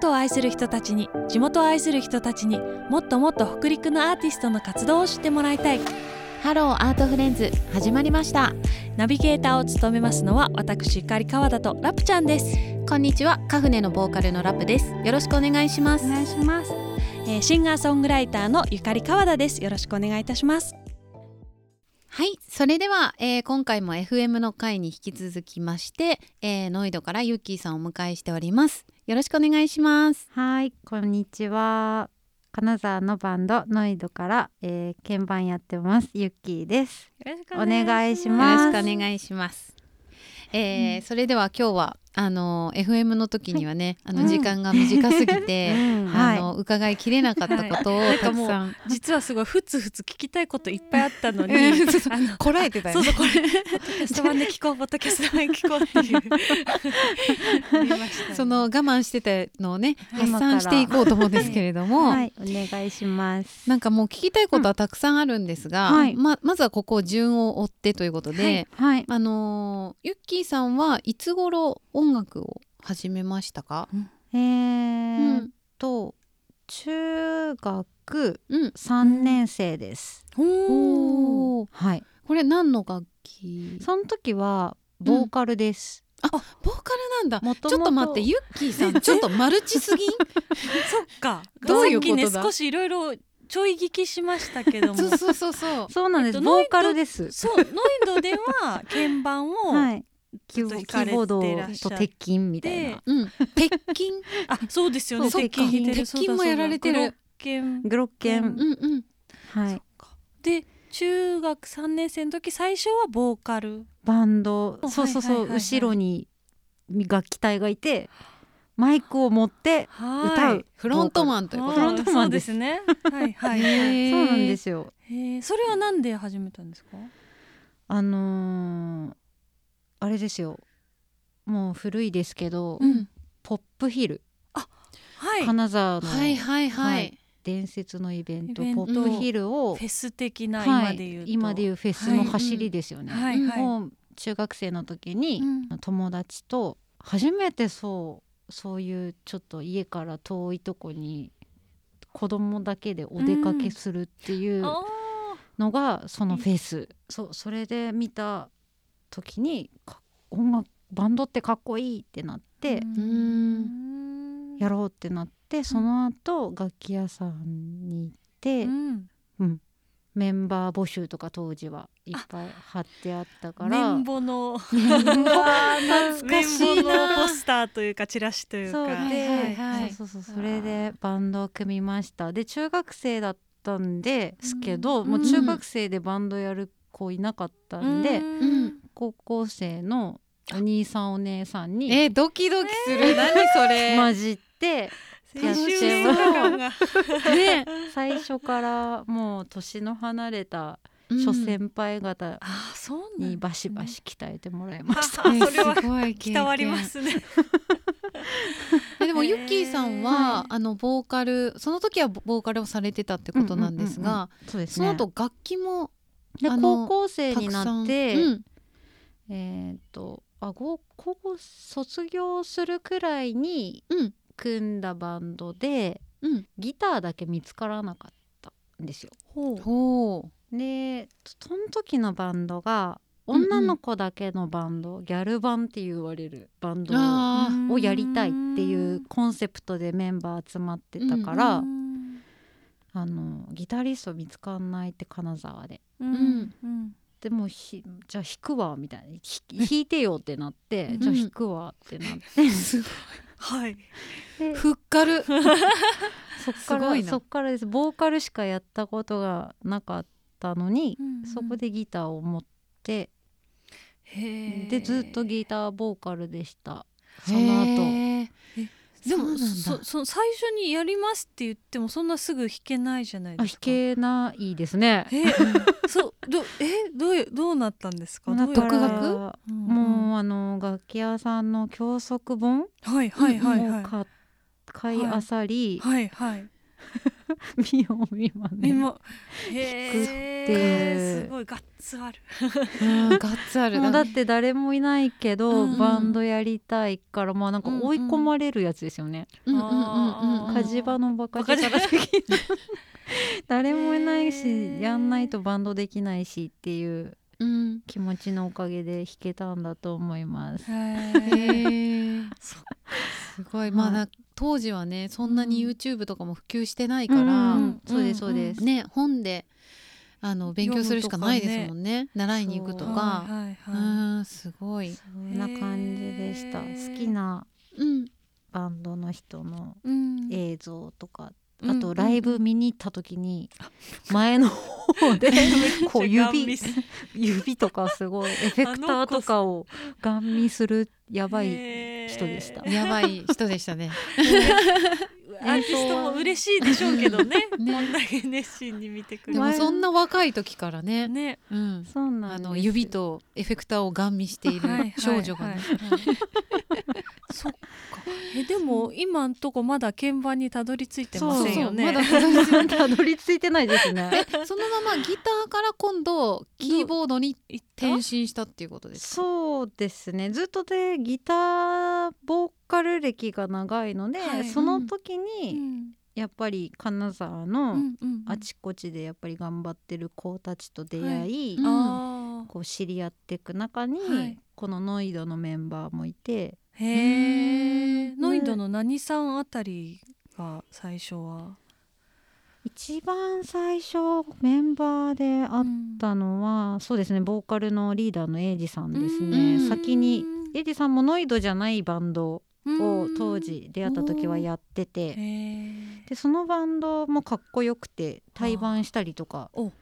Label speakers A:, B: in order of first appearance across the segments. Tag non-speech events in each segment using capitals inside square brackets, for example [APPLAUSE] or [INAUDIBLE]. A: 都を愛する人たちに地元を愛する人たちにもっともっと北陸のアーティストの活動を知ってもらいたい
B: ハローアートフレンズ始まりました
A: ナビゲーターを務めますのは私ゆかり川田とラプちゃんです
B: こんにちはカフネのボーカルのラプですよろしくお願いします
A: 願いします、えーシンガーソングライターのゆかり川田ですよろしくお願いいたします
B: はいそれでは、えー今回も FM の回に引き続きまして、えーノイドからユッキーさんをお迎えしておりますよろしくお願いします
C: はい、こんにちは。金沢のバンドノイドから、えー、鍵盤やってます。ゆっきーです。
A: よろしく
C: お願いし
B: よろ
C: ま
B: しく
C: す
B: お願いします、えーそれでは今日はあの FM の時にはね、あ
C: う
B: の
C: ん
B: 時間が短すぎて、 [LAUGHS] あ
C: は
B: の伺いきれ [LAUGHS] なかったことを
A: はい
B: たくさん
A: 実はすごいふつふつ聞きたいこといっぱいあったのに
B: うんそうそう
A: あの
B: こらえてた
A: そうそうこれポッドキャスト版で聞こうポッドキャスト版で聞こうっていう [LAUGHS] ありましたね
B: その我慢してたのをね
C: はい
B: 発散していこうと思うんですけれども、
C: い、はい、お願いします。
B: なんかもう聞きたいことはたくさんあるんですが、
C: うんはい
B: ままずはここを順を追ってということで、
C: はい、
B: あのーユッキーさんはいつ頃音楽を始めましたか、
C: え
B: う
C: ーっ
B: ん
C: と、中学
B: うん、
C: 三年生です。
A: おー
B: おー
C: はい、
B: これ何の楽器
C: その時はボーカルです。
B: ボーカルなんだ
C: もともと
B: ちょっと待ってユッキーさ
C: [LAUGHS]
B: んちょっとマルチすぎん
A: そっか
B: [LAUGHS] どういうことだ
A: さっきね少しいろいろちょい聞きしましたけども
B: [LAUGHS] そうそうそうそう
C: そうなんで
A: え
C: す。
A: っと
C: ボーカルです。
A: そうノイドでは鍵盤
B: [LAUGHS]
A: を、
C: はい、キ
A: ちょ
C: ュ
A: っと
C: ー
A: 弾
C: キ
A: かれ
C: ーボード
A: てらっしゃ
C: と
A: って
C: 鉄筋みたいな。
B: うん鉄筋
A: あそうですよね
B: そう
A: 鉄筋弾いてる
B: 鉄筋
A: そうだそうだ
B: もやられてる
A: グロッケン
C: グロッケン、
B: うんうん
C: はい、
A: で中学3年生の時最初はボーカル
C: バンド
A: お
C: そうそうそう、
A: はいはいはいはい
C: 後ろに楽器隊がいてマイクを持って
A: はい
C: 歌う
B: フロントマンということ
C: フロントマンです
A: あーそうねはいはいはいへ
B: へー
C: そうなんですよ
A: ーそれはなんで始めたんですか
C: あのーあれですよもう古いですけど、
B: うん
C: ポップヒル
A: はいフ
C: 金沢の
B: はいはいはい、
C: はい伝説のイベント
A: イベント
C: ポップヒルを、
A: ェス的な
C: は
A: 今
C: い
A: で言うと、
C: 今でいうフェスの走りですよね、
A: は
B: う
A: い
B: ん
A: はい、
C: もう中学生の時に、
B: うん
C: 友達と初めてそうそういうちょっと家から遠いとこに子供だけでお出かけするっていう
A: あ
C: のがそのフェス、そうそれで見た時にか音楽バンドってかっこいいってなっ
A: ー
C: て、
A: うん
C: やろうってなってその後楽器屋さんに行って、
A: うん
C: メンバー募集とか当時はいっぱい貼ってあったから
A: 綿棒の
C: 綿棒 [LAUGHS]
A: 懐
B: かしいな
A: のポスターというかチラシというか
C: そうで、
B: はいはいはい
C: そうそうそうそれでバンドを組みましたで中学生だったんですけど、
A: うん
C: もう中学生でバンドやる子いなかったんで、
A: うん
B: うん
C: 高校生のお兄さんお姉さんに
B: えードキドキする、何そ
C: [LAUGHS]
B: れ、
C: 混じって、
A: 青春映画館
C: [LAUGHS]
A: が
B: ね
C: 最初からもう年の離れた諸
B: 初
C: 先輩方
A: ああそうな
C: に
A: んだ
C: バシバシ鍛えてもらいました。
A: あそれは
B: は
C: [LAUGHS]
A: 伝わりますね
B: えでもユッキーさん
A: は
B: はいあのボーカルその時はボーカルをされてたってことなんです
C: うんうん
B: が
C: そうです
B: その
C: ね
B: 後楽器も
C: で
B: あの
C: 高校生
B: た
C: に
B: くさ
C: なんって、
B: うん
C: えーっとあご高校卒業するくらいに
B: うん
C: 組んだバンドで
B: うん
C: ギターだけ見つからなかったんですよ。
A: [LAUGHS] ほう
B: ほ
C: でその時のバンドが
B: うんうん
C: 女の子だけのバンド、ギャルバンって言われるバン
B: う
C: ドを
B: あー
C: をやりたいっていうコンセプトでメンバー集まってたか、
A: からうん
C: あのギタリスト見つかんないって金沢で。
A: うんうん
C: でもうひじゃあ弾くわみたいなひ弾いてよってなって、じゃあ弾くわってなって、
A: はい
C: で
B: ふっか
C: [LAUGHS]
B: る
A: [LAUGHS]
C: そっか
B: すごい
C: ら
B: な
C: そっからですボーカルしかやったことがなかったのに、そこでギターを持って
A: へー
C: でずっとギターボーカルでしたそ
B: そ
C: の
B: の
C: 後
B: 後
A: で
B: そうな
A: も
B: んだ
A: そそ最初にやりますって言ってもそんなすぐ弾けないじゃない
C: あ
A: で
C: 弾
A: すか
C: けないですね
A: えそうどえどういうどうなったんですか
C: だ
A: どういう
C: から
B: 独学
C: もうあの楽器屋さんの教則本を
A: うんはいはいはいはい
C: 買っ買いあさり、
A: はいはい
C: 見よう見ま
A: で
C: ね
A: もへ
C: くってい
A: ー
C: う
A: すごいガッツある
B: うんガッツある
C: [LAUGHS] もうだって誰もいないけど、
A: うん
C: バンドやりたいからまあなんか追い込まれるやつですよね、
B: うんうんうんうん
A: あー
C: 火事場のバカ力
A: バカ
C: 的な [LAUGHS] 誰もいない
A: へ
C: し
A: ー
C: やんないとバンドできないしっていう
B: うん
C: 気持ちのおかげで弾けたんだと思います。
A: へ
B: [LAUGHS]
A: そっ
B: すごいまあ
C: はい
B: な当時はねそんなに YouTube とかも普及してないか
C: だ
B: ら、
C: から、
A: ん
C: そうですそうです。
B: ね本であの勉強するしかないですもんね習いに行くと
C: と
B: か、
A: はいは
B: う
A: いは
B: ーんすごい、
C: そんな感じでした。
A: へー
C: 好きな
B: うん
C: バンドの人の
A: い
C: 映像とか、
A: うん
C: あとライブ見に行った時に前の
A: [LAUGHS]
C: 方でこう指指とかすごいエフェクターとかをガン見するやばい人でした
B: やばい人でしたね
A: アーティストも嬉しいでしょうけどね
B: ね
A: こんだけ熱心に見てくれ
B: で
A: る
B: もそんな若い時からね
A: ね
B: うん、
C: そうなんです
B: あの指とエフェクターをガン見している
A: はいはい
B: 少女がね、
A: そっかえでも今んとこまだ鍵盤にたどり着いてま
C: そう
A: せんよね
B: まだ
C: たどり着いてないで
B: [LAUGHS]
C: すね
B: えそのままギターから今度キーボードに
A: いった
B: 転身したっていうことですか
C: そうですねずっとでギターボーカル歴が長いので、
A: はい
C: その時
A: う
C: に
A: ん
C: やっぱり金沢
A: う
C: の
A: んうん
C: あちこちでやっぱり頑張ってる子たちと出会い、
B: うん
A: あ
C: こう知り合っていく中に、
A: はい
C: このノイドのメンバーもいて
A: ーへえノイドの何さんあたりが最初は
C: 一番最初メンバーで
A: あ
C: 会ったのは、そうですねボーカルのリーダーのエイジさんです
B: う
C: ね
B: ん
C: 先にエイジさんもノイドじゃないバンドを当時出会った時はやって
A: て
C: て
A: え
C: でそのバンドもかっこよくて対バンしたりとか
A: お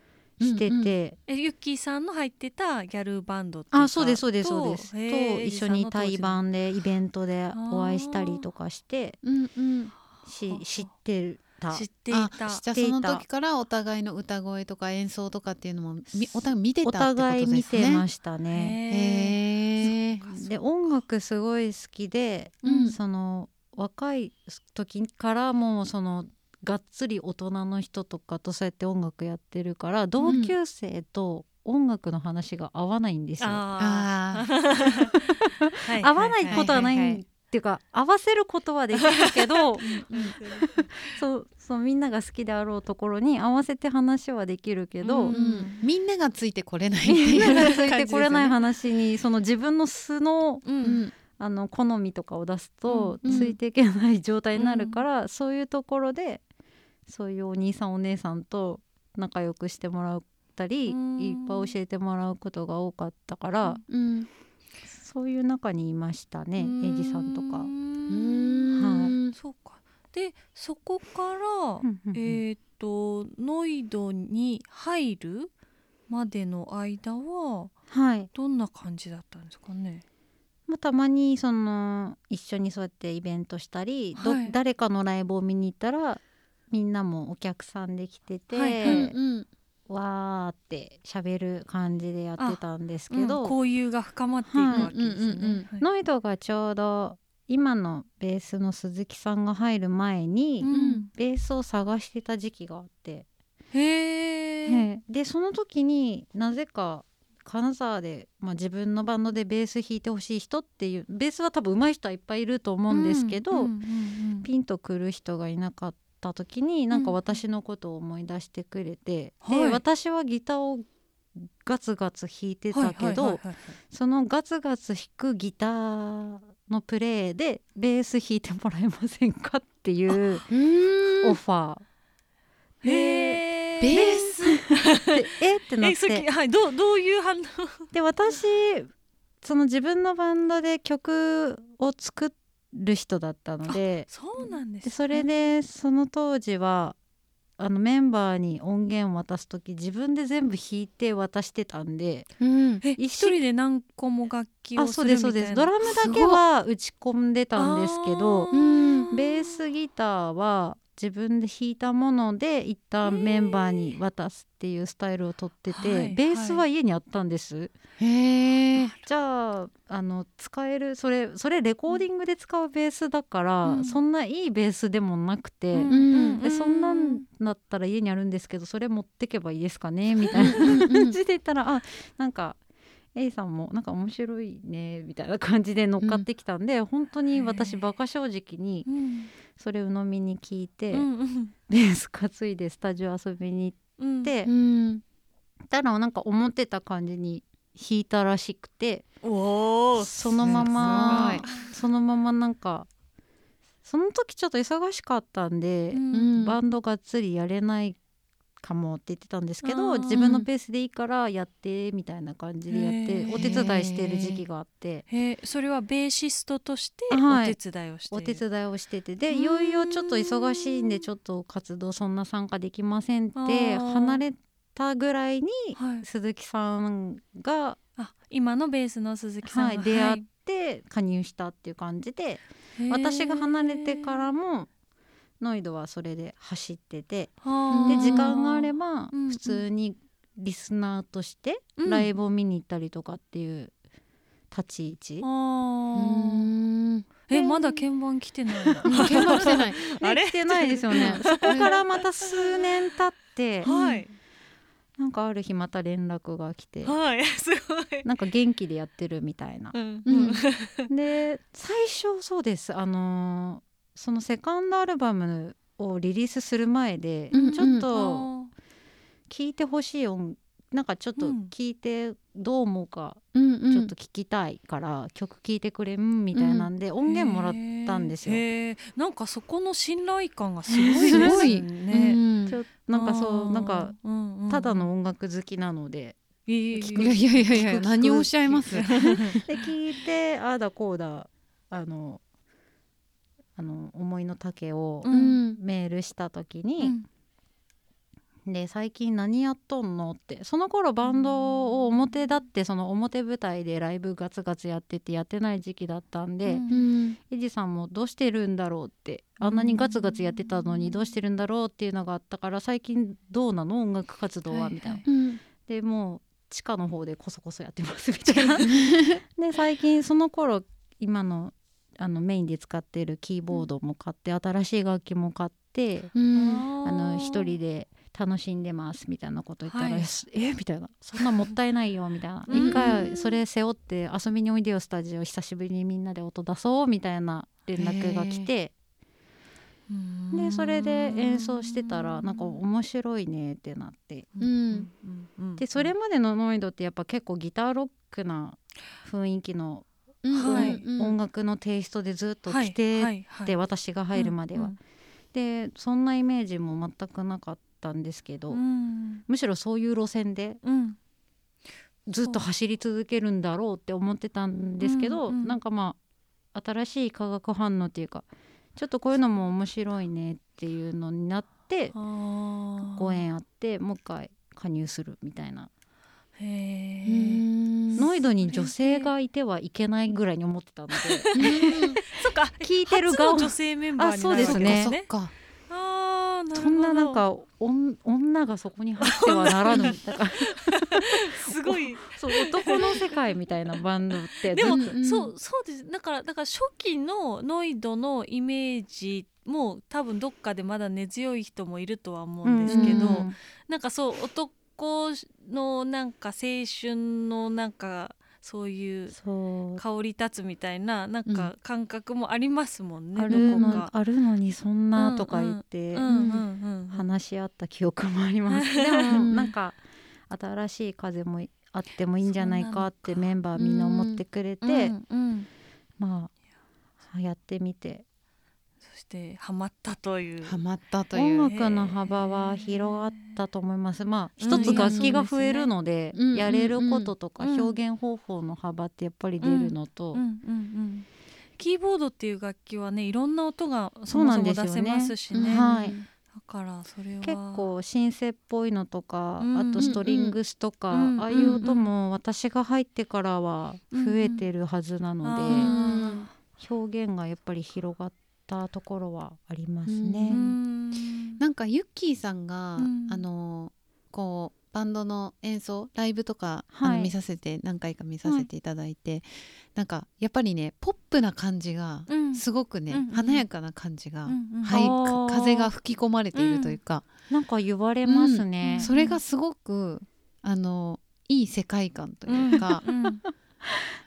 C: して
B: うん
C: て、
A: ユッキーさんの入ってたギャルバンドっていか
C: あそうですそうですそうですと
A: へー
C: 一緒に対バ
A: エ
C: ンでイベントでお会いしたりとかして
B: うんうん
C: し
A: あ
C: 知って
A: リ
C: た
A: さんの当時の知ってい
B: あ
A: た
B: じゃあその時からお互いの歌声とか演奏とかっていうのもみお互い見てた
C: お
B: ってこと
C: 互い
B: で
C: 見
B: す
C: てま
B: ね。
C: したね。
A: へえ
B: へえ。
C: で音楽すごい好きで、
B: うん
C: その若い時からもうそのがっつり大人の人とかとそうやって音楽やってるから同級生と音楽の話が合わないんですよ。
A: あ
B: あ
A: ーはい
C: 合わないことはない,、
B: はいはいはい
C: っていうか合わせることはできるけ
B: う
C: ど
B: ん
C: そうそうみんなが好きであろうところに合わせて話はできるけど、
A: うん
B: うんみんながついてこれないって
C: みん
B: いう
C: な
B: 感
C: が
B: じ
C: ついてこれない話にその自分の素の
A: う
B: です
A: ん
B: よね。
C: あの好みとかを出すと、
B: うん
C: ついていけない状態になるから、そういうところでそういうお兄さんお姉さんと仲良くしてもらったり、
A: うん
C: いっぱい教えてもらうことが多かったから、
A: うん
B: うん
C: そういう中にいましたね
A: うん
C: エイジさんとか。
B: うんうん
A: そうかでそこから、
C: うんうんうん
A: えっ、とノイドに入るまでの間は
C: はい、
A: どんな感じだったんですかね。
C: まあ、たまにその一緒にそうやってイベントしたり、ど
A: はい
C: 誰かのライブを見に行ったらみんなもお客さんで来てて、
A: はい
B: うん
A: は
B: うん
C: わーって喋る感じでやってたんですけ
A: うん
C: ど、
A: 交友が深まっていくわけです
B: はいうんうんうん
A: ね。はい
C: ノイドがちょうど今のベースの鈴木さんが入る前に、
A: うん
C: ベースを探してた時期があって、
A: へえ。
C: ええでその時になぜか金沢で、まあ、自分のバンドでベース弾いてほしい人っていうベースは多分上手い人はいっぱいいると思うんですけど、
A: うんうん
C: ピンとくる人がいなかった時になんか
A: うん
C: 私のことを思い出してくれて、
A: は
C: で
A: い
C: 私はギターをガツガツ弾い
A: う
C: て
A: ん
C: た
A: は
C: けど、
A: いはいはいはい
C: そのガツガツ弾くギターのプレイでベース弾いてもらえませんかっていう
B: うーん
C: オファ
A: へえ。
B: ベース
C: ーでえってなっ
A: えそれ
C: て
A: はいどうどういう反応。
C: で私その自分のバンドで曲を作る人だったので
A: そうなんです、
C: で
A: ね。
C: それでその当時はあのメンバーに音源を渡す時自分で全部弾いて渡してたんで
B: うん
A: え
C: 一
A: 一人で何個も楽器を
C: あ
A: す
C: そう
A: るみ
C: で
A: たいな。
C: すそうですドラムだけは打ち込んでたんですけど
A: あー
B: うん
C: ベースギターは自分で弾いたもので一旦メンバーに渡すっていうスタイルをとってて、
A: へーはい
C: ベースは家にあったんです、
B: へえ
C: じゃああの使えるそれそれレコーディングで使うベースだから、
A: うん
C: そんないいベースでもなくて、
A: うん
B: うん
C: でそんなんだったら家にあるんですけどそれ持ってけばいいです
A: [LAUGHS]
C: かねみたいな感じで言ったらあなんか A さんもなんか面白いねみたいな感じで乗っかってきたんで、本当に
A: へ
C: 私
A: え
C: 馬鹿正直に
A: うん
C: それ鵜呑みに聞いて、
A: うん
C: ベース担いでスタジオ遊びに
A: う
C: 行
A: ん
C: って、
B: うん
C: たらなんか思ってた感じに弾いたらしくて
A: おお
C: そのまますそのままなんかその時ちょっと忙しかったんで、
B: うん
C: バンドがっつりやれないかもって言ってたんですけ
A: あ
C: ど
A: ー
C: 自分のペースでいいからやってみたいな感じでやっ
A: へ
C: て
A: ー
C: お手伝いしてる時期があって
A: へえそれはベーシストとして
C: は
A: お
C: い
A: 手伝いをしてい
C: お
A: る
C: 手伝いをしててで
A: うん
C: いよいよちょっと忙しいんでちょっと活動そんな参加できませんっ
A: あ
C: て
A: ー
C: 離れたぐらいに
A: はい
C: 鈴木さんが、
A: あ今のベースの鈴木さん
C: はい、出会って加入したっていう感じで私が離れてか、らもノイドはそれで走ってて
B: う
C: で
B: ん
C: 時間があれば
A: うんうん
C: 普通にリスナーとしてライ
A: ブ
C: ブを見に行ったりとかっていう立ち位置、
B: うん
A: えまだ鍵盤来てないな
B: 鍵盤来てない
A: あれ
C: 来てないです
A: [LAUGHS]
C: よねそこからまた数年経って
A: はい
C: なんかある日また連絡が来て
A: はい [LAUGHS] すごい
C: なんか元気でやってるみたいな
A: うん
B: うん
C: で最初そうですあのーそのセカンドアルバムをリリースする前で、
B: うんうん
C: ちょっと
A: あ
C: 聞いてほしい音なんかちょっと
A: うん
C: 聞いてどう思うか
B: うんうん
C: ちょっと聞きたいから曲聞いてくれんみたいなんで
A: ー
C: 音源もらったんですよ。
A: へーなんかそこの信頼感がすごいです
B: すごい
A: ね
B: うん
C: ちょなんかそ
A: あー
C: うなんか
A: うんうんうん
C: ただの音楽好きなので
A: いい
C: 聞
B: いやいやいやい
C: 聞
B: や
C: く
B: 何をおっしゃいます
C: 聞くで聞いてああだこうだあのあの思いの丈を
A: う
C: メールした時
A: う
C: に
A: ん
C: 「で最近何やっとんの?」ってその頃バンドを表立ってその表舞台でライブガツガツやっててやってない時期だったん [LAUGHS] で、
A: うん
B: うん
C: エジさんもどうしてるんだろうってあんなにガツガツやってたのにどうしてるんだろうっていうのがあったから最近どうなの音楽活動
A: は
C: はいみたいな。
B: うん
C: でもう地下の方でこそこそやってますみたい [LAUGHS] な。で最近その頃今のあのメインで使ってるキーボードも買って新しい楽器も買って、
B: うん
C: あの
A: ー
C: 一人で楽しんでますみたいなこと言ったら「
A: はい
C: [LAUGHS] えみたいな「そんなもったいないよ」みたいな「
A: うん
C: 一回それ背負って遊びにおいでよスタジオ久しぶりにみんなで音出そう」みたいな連絡が来てでそれで演奏してたらなんか面白いねってなって
B: うん
C: でそれまでのノイドってやっぱ結構ギターロックな雰囲気の
B: うん
A: はい
B: うん
C: 音楽のテイストでずっと来
A: はいは
C: て
A: いはい
C: て私が入るまでは。でそんなイメージも全くなかったんですけ
A: う
C: ど。
A: ん
C: むしろそういう路線で
A: うん
C: ずっと走り続けるんだろうって思ってたんですけど、
A: うんうん
C: なんかまあ新しい化学反応っていうかちょっとこういうのも面白いねっていうのになって
A: あー
C: ご縁あってもう一回加入するみたいな
A: へ
B: う
A: ー
B: ん
C: ノイドに女性がいてはいけないぐらいに思っ
A: [LAUGHS]
C: てたので
A: そっか
C: 聞いてる
A: 初の
C: 側
A: 女性メンバーになるわけ
C: あそうですね
B: そっか
A: あーるほど
C: そんななんかおん女がそこに入ってはならぬだから
A: すごい
C: そう男の世界みたいなバンドって
A: でも、
B: うんうん
A: そうそうですだからだから初期のノイドのイメージも多分どっかでまだ根強い人もいるとは思うんですけど、
C: うん
A: なんかそう男のなんか青春のなんかそういう
C: そう
A: 香り立つみたいななんか感覚もありますもんね、
C: あ
A: ど
C: る
A: こか
C: の。あるのにそんなとか言って
A: うんうんうん
C: 話し合った記憶もあります。 [LAUGHS] でもなんか新しい風もあってもいいんじゃないかってメンバーみんな思ってくれ
A: う
C: て
A: ん、うんうん
C: まあやってみて
A: そしてハマったという。
B: ハマったとい
C: 音
B: う
C: 楽の幅は広がったと思います。まあ一つ楽器が増えるので、
B: うん
C: やれることとか
A: うんうん
C: 表現方法の幅ってやっぱり出るのと、
A: うんうんうんキーボードっていう楽器はねいろんな音がそ
C: そう
A: も
C: な
A: そも
C: んです
A: 出
C: よ
A: せ
C: ね
A: ますしね。
C: はい
A: だからそれは
C: 結構シンセっぽいのとか、
A: うん
C: あとストリングスとか、
A: うん
C: ああいう音も私が入ってからは増えてるはずなので、
A: うん
B: うん
C: 表現がやっぱり広がったところはあります
B: う
A: う
C: ね。
A: ん
B: なんかユッキーさんが、
A: うん
B: あのこうバンドの演奏ライブとか、
C: はい
B: あの見させて何回か見させていただいて、なんかやっぱりねポップな感じが、
A: うん
B: すごくね、
A: うんうんうん
B: 華やかな感じが、
A: うんうん
B: はい
C: あー
B: か風が吹き込まれているというか、
C: なんか言われますね。
A: うん
B: それがすごくあのいい世界観というか、
A: うん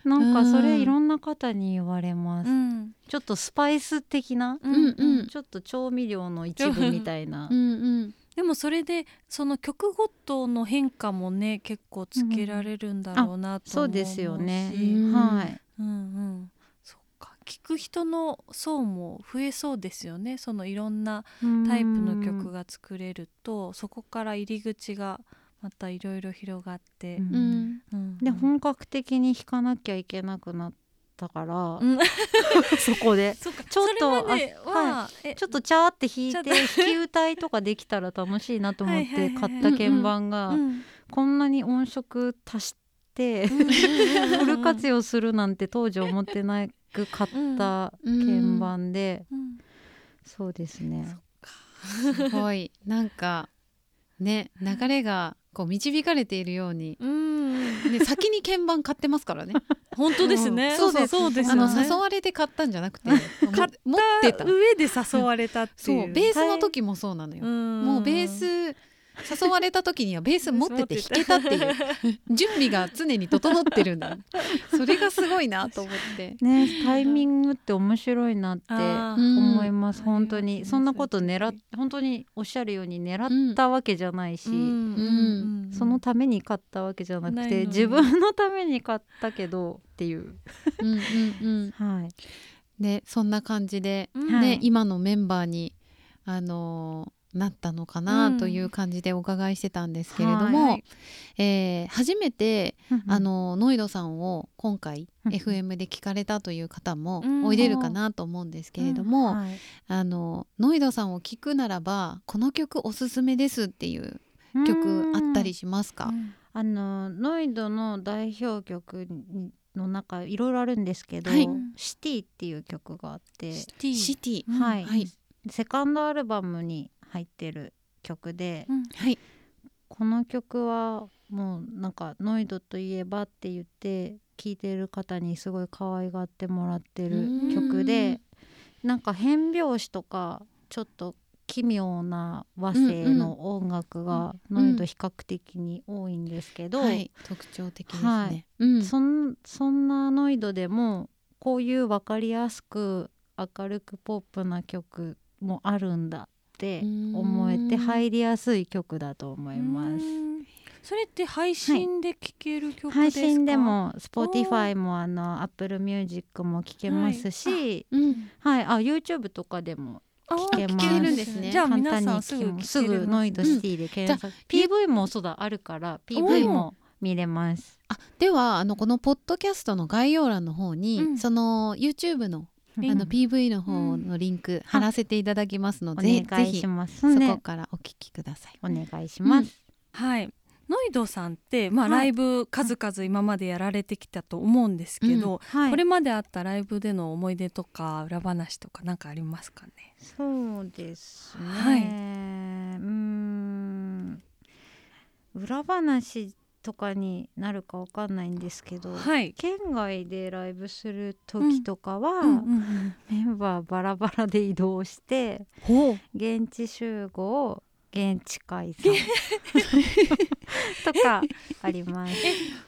C: なんかそ
B: うん
C: れいろんな方に言われます。
A: うん
C: ちょっとスパイス的な、
A: う
B: うん
A: ん
B: うん
C: ちょっと調味料の一部みたいな
B: う。んうん
A: でもそれでその曲ごとの変化もね結構つけられるんだろうなとも思うし、
C: そうですよね
B: うん
C: はい。
A: うんうんそっか聞く人の層も増えそうですよねそのいろんなタイプの曲
C: が。
A: が作れるとそこから入り口がまたいろいろ広がって、
C: うん
B: うん
A: うん
C: で本格的に弾かなきゃいけなくなったから
A: う、ん
C: [LAUGHS]
A: [LAUGHS]
C: そこで。
A: そうか
C: ちょっと
A: それまでは、
C: あ
A: え
C: ちょっとチャーって弾い
A: ちょ
C: て
A: っと
C: 弾き歌いとかできたら楽しいなと思っ
A: はいはい
C: て
A: はい
C: 買った鍵盤
A: う
C: が
A: ん
C: こんなに音色足して
A: うんうんうんうん
C: フル活用するなんて当時思ってなく買った鍵盤で
A: うん
C: そうですね
B: すごいなんかね流れがこう導かれているように、
A: うん
B: ね、先に鍵盤買ってますか
A: [LAUGHS]
B: らね
A: 本当ですね。
B: そうです
A: そうです
B: あの
A: よね
B: 誘われて買ったんじゃなくて
A: 買っ
B: 持ってた
A: 上で誘われたって
B: そ
A: いう
B: うベースの時もそうなのよ、もうベース誘われた時にはベース持ってて弾けたっていう [LAUGHS] 準備が常に整ってるんだよそれがすごいなと思
A: [LAUGHS]
B: って
C: ねタイミングって面白いなって
B: うん
C: 思います
A: うん
C: 本当
A: ありま
C: に
A: すね
C: そんなこと
A: そ
C: 狙
A: ういう
C: っ本当におっしゃるように狙ったわけじゃないし、
B: ん
C: そのために買ったわけじゃな
A: な
C: く
A: いの
C: て
A: に
C: 自分のために買ったけどっていう
B: うんうんうん
C: はい
B: ねそんな感じで、
A: うん
C: は
B: ね
C: い
B: 今のメンバーにあのーなったのかなという感じでお伺いしてたんですけれども、
C: うんはい
B: えー初めてあ
C: あの
B: のノイドさんを今回
C: うん
B: FM で聞かれたという方も
A: うん
B: おいでるかなと思うんですけれども、
C: はい
B: あのノイドさんを聞くならばこの曲おすすめですっていう曲あったりしますか、
C: あのノイドの代表曲の中いろいろあるんですけど、
B: はい
C: シティっていう曲があって、
A: シティ
B: シティ、
A: うん
C: はい、
B: はい
C: セカンドアルバムに入ってる曲で、
A: うん
B: はい
C: この曲はもうなんかノイドといえばって言って聴いてる方にすごい可愛がってもらってる曲でなんか変拍子とかちょっと奇妙な和声の音楽が
B: うんうん
C: ノイド比較的に多いんですけど、
B: はい、特徴的ですね、
C: はい
B: うん
C: そんそんなノイドでもこういう分かりやすく明るくポップな曲もあるんだって思えて
B: うん
C: 入りやすい曲だと思います。
A: それって配信で聴ける曲ですか、
C: 配信でも
A: ー
C: Spotify もあの Apple Music も聴けますし、
B: うん
C: はいあ YouTube とかでも
A: 聞
C: けます
B: 聞けるんですね
A: じゃあ
C: 簡
A: 皆
C: 単
A: さん
C: に聴
A: す
C: け
A: ぐ
C: ますすぐノイドシティで検索、
B: じゃ
C: PV もそうだあるから PV も見れます。
B: あではあのこのポッドキャストの概要欄の方に、
A: うん
B: その YouTube の
A: うん
B: あの PV の方のリンク貼らせていただきますの
C: お
B: で、ぜ
C: 願い
B: ひ
C: し
B: そ
C: ますんで
B: こからお聞きください。
C: お願いします。
A: はいノイドさんって、まあ、
C: はい
A: ライブ数々今までやられてきたと思うんですけど、
C: はい、
A: これまであったライブでの思い出とか裏話とかなんかありますかね
C: そうですね。
A: はいう
C: ーん裏話とかになるかわかんないんですけど、
A: はい
C: 県外でライブする時とかは、
A: うん
C: メンバーバラバラで移動して
A: ほう
C: 現地集合現地
A: [LAUGHS]
C: 解散とかあります。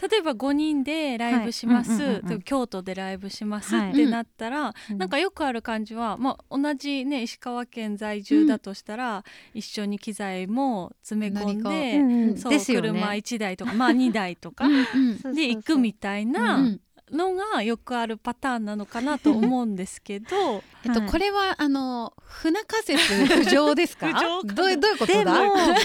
A: 例えば5人でライブします、
C: はいうんうんうんうん
A: で京都でライブします
C: はい
A: ってなったら、
C: うん
A: なんかよくある感じは、まあ、同じ、ね、石川県在住だとしたら、一緒に機材も詰め込んで、
C: うんうん
A: そう
C: ですよね
A: 車1台
C: [LAUGHS]
A: とか、まあ、2台とか
B: うん
C: そうそうそう
A: で行くみたい
B: うん
A: なのがよくあるパターンなのかなと思うんですけ
C: [LAUGHS]
A: ど
B: えっと、
C: はい
B: これはあの船仮説浮上ですか
A: 浮上かな
B: どういうどういうこと
C: でも
B: だ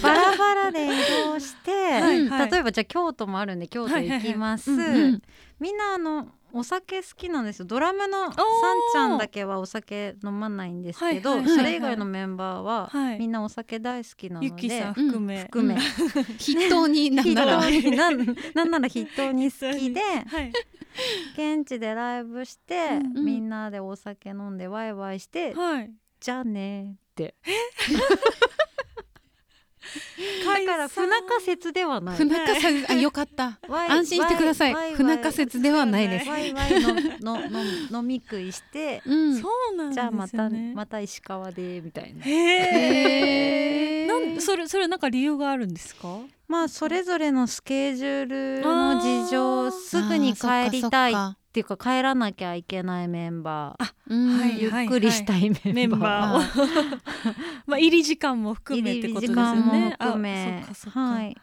C: バラバラで移動して、
A: はいはい
C: 例えばじゃあ京都もあるんで京都行きます、
B: うん
C: みんなあのお酒好きなんですよドラムのさんちゃんだけはお酒飲まないんですけ
A: はい
C: ど
A: はい
B: はい
C: それ以外のメンバーは
A: はい
C: みんなお酒大好きな
A: ゆ
C: の
A: きさん
C: で
A: 含め、
C: 含め
B: 筆頭になん
C: 筆
B: なら
C: 頭になんなんなら筆頭に好
B: [LAUGHS]
C: きで
A: はい
C: 現地でライブして
A: うん
C: みんなでお酒飲んでワイワイして
A: はい
C: じゃあねって
B: [LAUGHS]
A: 解
C: だから
A: 散
C: 不仲説ではない
B: 不仲さんあよかった
C: ワイ
B: 安心してくださ
C: ワイ
B: い
C: ワイ
B: 不仲説ではないです
C: ワイワイののの飲み食
B: [LAUGHS]
C: いして
B: うん
A: そうなんです
C: じゃあ
A: よ、ね、
C: またまた石川でみたいな
A: へ
B: へ
A: え
B: ー
A: なんそれそれなんか理由があるんですか
C: まあそれぞれのスケジュールの事
A: あー
C: 情すぐに帰りたいっ
B: あ
C: ていうか帰らなきゃいけないメンバ
B: ーそっかそっ
C: ー
B: かうん
A: はい
C: ゆっくりしたい
A: [LAUGHS] メ
C: メン
A: ン
C: バー
A: バーを [LAUGHS] まあ入り時間も含めってことですよね
C: 入り時間も含
A: あ
C: め
A: そっかそっか
C: はい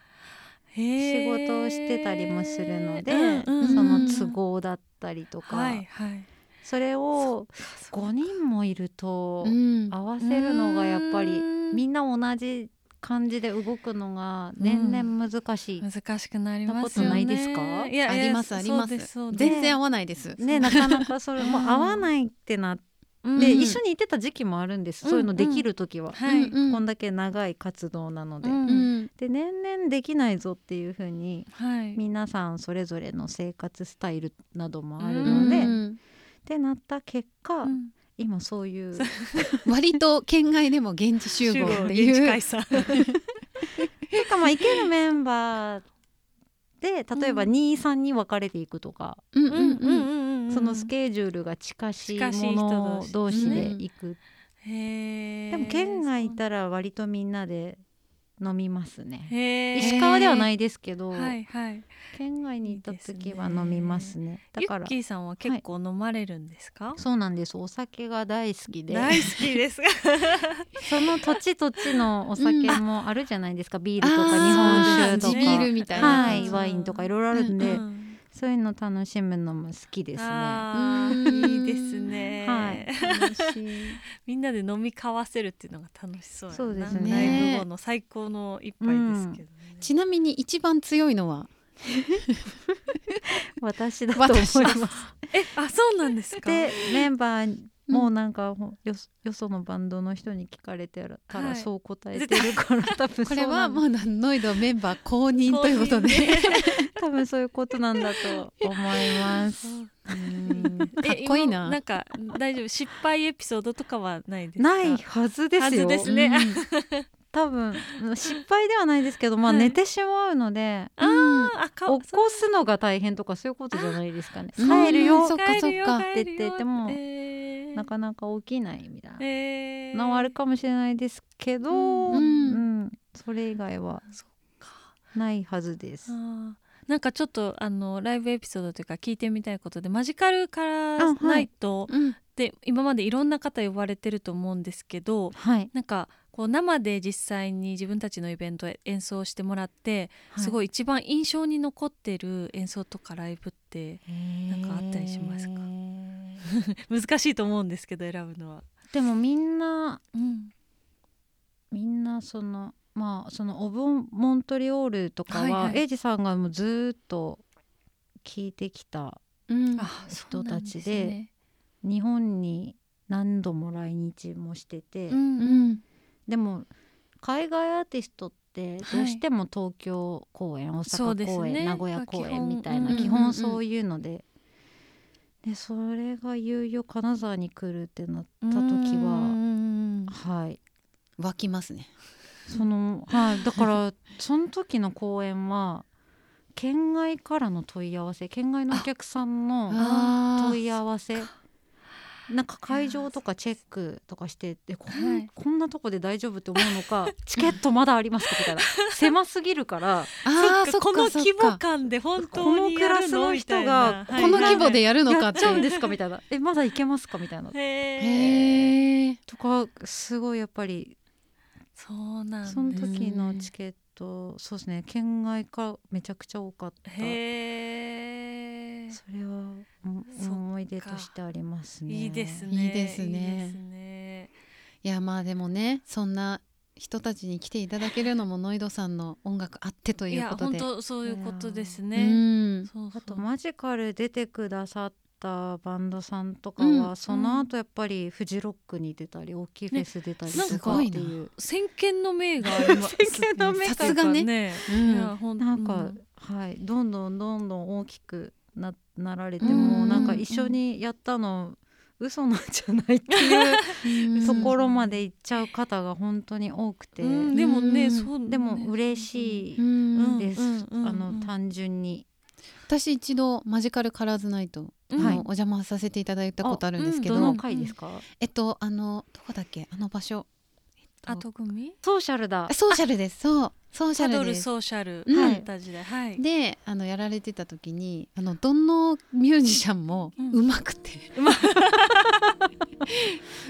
A: へ
C: 仕
A: ー
C: 事をしてたりもするので、
A: うんうんうん
C: その都合だったりとか、
A: はいはい
C: それを5人もいると
B: うん
C: 合わせるのがやっぱり
A: うん
C: みんな同じ感じで動くのが年々難しい。
A: 難しくなりますよ
C: なこと
A: ね
C: ないですか
A: いや
B: あ
A: いや
B: りますあります
A: そうですそうです
B: 全然合わないです
C: ね、なかなかそれもう
A: うん
C: 合わないってなって、
A: うん
C: 一緒にいてた時期もあるんです、そういうのできる時は、
A: はい、
B: うんうん
C: こんだけ長い活動なので、
A: うん
B: うん
C: で年々できないぞっていうふうに
A: はい
C: 皆さんそれぞれの生活スタイルなどもあ
A: う
C: る
A: ん
C: ので、
B: う
C: っ
B: ん
C: てなった結果、
A: うん
C: 今そういう
B: 割と県外でも現地集合ってい
A: 集合現地解散
B: う
C: てかまあいけるメンバーで例えば
A: うん
C: 23に分かれていくとか、
B: うん
A: う
B: うん
A: う
B: んうんん
A: うんうん
C: そのスケジュールが近しい
A: 近しい
C: も
A: 人
C: の
A: 同
C: 同
B: 士
C: 士
B: ね
C: で行く、
A: へー
C: でも県外いたら割とみんなで飲みますね、
A: へー
C: 石川ではないですけど、
A: はいはい
C: 県外に行った時は飲みますねだ
A: ゆ
C: か
A: っ
C: ら
A: きーさんは結構飲まれるんですか、
C: そうなんですお酒が大好きで
A: 大好きですが
C: その土地土地のお酒もあるじゃないですか、ビールとか日
B: あ
C: 本
B: ー
C: 酒とか
B: 地ビールみたいな
C: は
B: 感
C: い
B: じ
C: ワインとかいろいろあるんで、
A: うん
C: そういうの楽しむのも好きですね。
A: あー
B: うん
A: いいですね、
C: はい、楽しい。
A: みんなで飲み交わせるっていうのが楽しそうやな
C: そうですね
A: ライブ後の最高の一杯ですけどね、
B: ちなみに一番強いのは
C: 私だと思います。
A: えあそうなんですか
C: で、メンバーもなんか、ほんよそよそのバンドの人に聞かれてるか
A: は
C: ら
A: い
C: そう答えてるから、多分
B: こ
C: そ
B: れ
C: うな
B: は
C: ん
B: もうノイドメンバー公認ということで
A: 公認で
C: 多分そういうことなんだと思い
A: [LAUGHS]
C: ます。うん
A: え
B: かっこいいな
A: 今なんか大丈夫失敗エピソードとかはないですか
C: ないはずですよ。
A: はずですね
C: 多分失敗ではないですけど、まあ
A: はい
C: 寝てしまうので、
A: あーあか
C: 起こすのが大変とかそういうことじゃないですかね。
B: あ
C: 帰るよ
B: うんそっかそっか
A: 帰るよ
C: 出てても
A: えー
C: なかなか起きないみたいな。
A: えー
C: のはあるかもしれないですけど、
A: うん
B: うん
C: うんそれ以外は
A: そっか
C: ないはずです。
A: あーなんかちょっとあのライブエピソードというか聞いてみたいことでマジカルから
C: あはい
A: ナイト
B: うん
A: で今までいろんな方呼ばれてると思うんですけど
C: はい、
A: なんかこう生で実際に自分たちのイベントへ演奏してもらってす
C: い。
A: ごい一番印象に残ってる演奏とかライブって
C: なん
A: かあったりしますか難しいと思うんですけど選ぶのは。
C: でもみんな
A: うん、
C: みんなそのまあそのオブモントリオールとかは、
A: はいはい
C: エイジさんがもうずーっと聞いてきた
B: うん
C: 人たちで日本に何度も来日もしてて、
A: うん
B: うん
C: でも海外アーティストってどうしても東京公演、
A: そう
C: 大
A: で
C: 阪
A: す
C: 公演、
A: ね
C: 名古屋公
A: まあ基本
C: 演みたい
A: うん
C: な
A: うんうん
C: 基本そういうので。でそれがいよいよ金沢に来るってなった時は、はい、
B: 湧きますね
C: その、はい、だからその時の公演は県外からの問い合わせ県外のお客さんの
B: あ
C: 問い合わせなんか会場とかチェックとかしてでこん,、
A: はい
C: こんなとこで大丈夫って思う
A: [LAUGHS]
C: のかチケットまだありますかみたいな狭すぎるから
B: あーそっ
A: この
B: かそっ
A: 規模
B: か
A: 感で本当にやるのみたいな
C: このク
A: は
C: ラスの人が
A: い
B: この規模でやるの
C: や
B: か
C: っ
B: って
C: ちゃうんですかみたいなえまだいけますかみたいな
A: へえ
B: へえ
C: とかすごいやっぱり
A: そうなんです
C: その時のチケットそうですね県外からめちゃくちゃ多かったそれ
A: へえ
C: はうん
A: そっか
C: 思い出としてありますね
A: いいですね
B: いいですね
A: いいですね
B: いやまあでもねそんな人たちに来ていただけるのもノイドさんの音楽あってと
A: い
B: いう
A: や
B: こと
A: 本
B: で。
A: 当そういうことです
B: う
A: ね。
B: ん、
A: そうそう
C: あとマジカル出てくださったバンドさんとか
B: うん
C: はその後やっぱりフジロックに出たり大きいフェス出たり
A: ね
C: とかっていう
A: 先見の明があります、ね。
C: 先見の明が
B: さすがねう
A: い
B: ん
A: やほん
C: なんか
A: う
C: はいどんどんどんどん大きくななられて
B: うん
C: もうなんか一緒にやったの嘘なんじゃないっていう
B: うん
C: ところまで行っちゃう方が本当に多くて
A: うんでもね、
B: うん
A: そうね
C: でも嬉し
B: う
C: い
B: ん
C: です
A: うんうんうんうん
C: あの単純に
B: 私一度マジカルカラーズナイト
A: う
B: あ
A: ん
B: のお邪魔させていただいたことあるんですけ
C: ど
B: ど、
C: の回ですか
B: えっとあのどこだっけあの場所、えっと
A: あと組
C: ソーシャルだ
B: あソーシャルですそうソーシ
A: サ
B: ャ
A: ドル
B: ルです
A: ソーシャル、
B: うん
A: ファンタジーで、はい。
B: であのやられてた時にあのどのミュージシャンも
A: うん
B: うまくて、 [LAUGHS]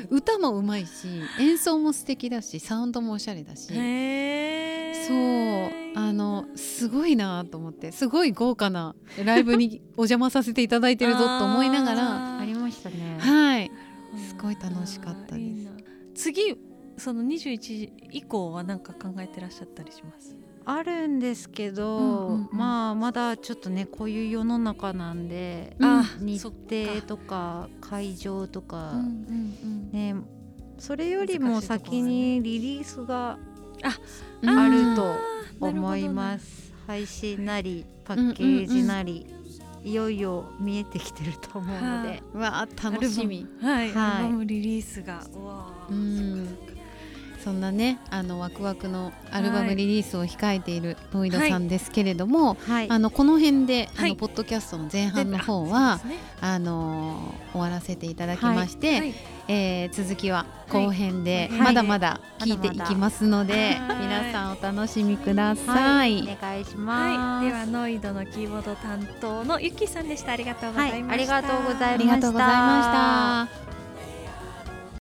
B: 歌もうまいし演奏も素敵だしサウンドもおしゃれだし
A: へ
B: そ
A: ー
B: うあのすごいなと思ってすごい豪華なライブにお邪魔させていただいてるぞと思いながら
A: あー
C: ありましたね
B: はい
A: うん
B: すごい楽しかったです
A: あーいいな次その21時以降は何か考えてらっしゃったりします
C: あるんですけど、
A: うんうんうん
C: まあまだちょっとねこういう世の中なんで、
A: あ
C: 日
A: そっか
C: 程とか会場とか、
A: うん
C: ねそれよりも先にリリースが
B: うん
C: あると思います、配信なりパッケージなり、いよいよ見えてきてると思うの
A: は
C: で
A: い、
B: うわあ楽しみ
A: はい、
C: はい
A: アルバムリリースがうわあ
B: うんそんなねあのワクワクのアルバ
A: は
B: ム
A: い
B: リリースを控えているロイドさんですけれども、
C: はい
B: あのこの辺で、
A: は
B: あの
A: い
B: ポッドキャストの前半の方は
A: そうですね
B: あのー終わらせていただきまして、
A: はい
B: えー続きは後編で、
C: はい
B: まだまだ聞いていきますので、
A: まだまだ
B: 皆さんお楽しみくださ
C: はい
B: い。
C: お願いし
A: は
C: ま
A: い、で
C: す、
A: はノイドのキーボード担当のゆきさんでしたありがとうございました、
C: はいありがとうございま
B: あ
C: す
B: りがとうございました。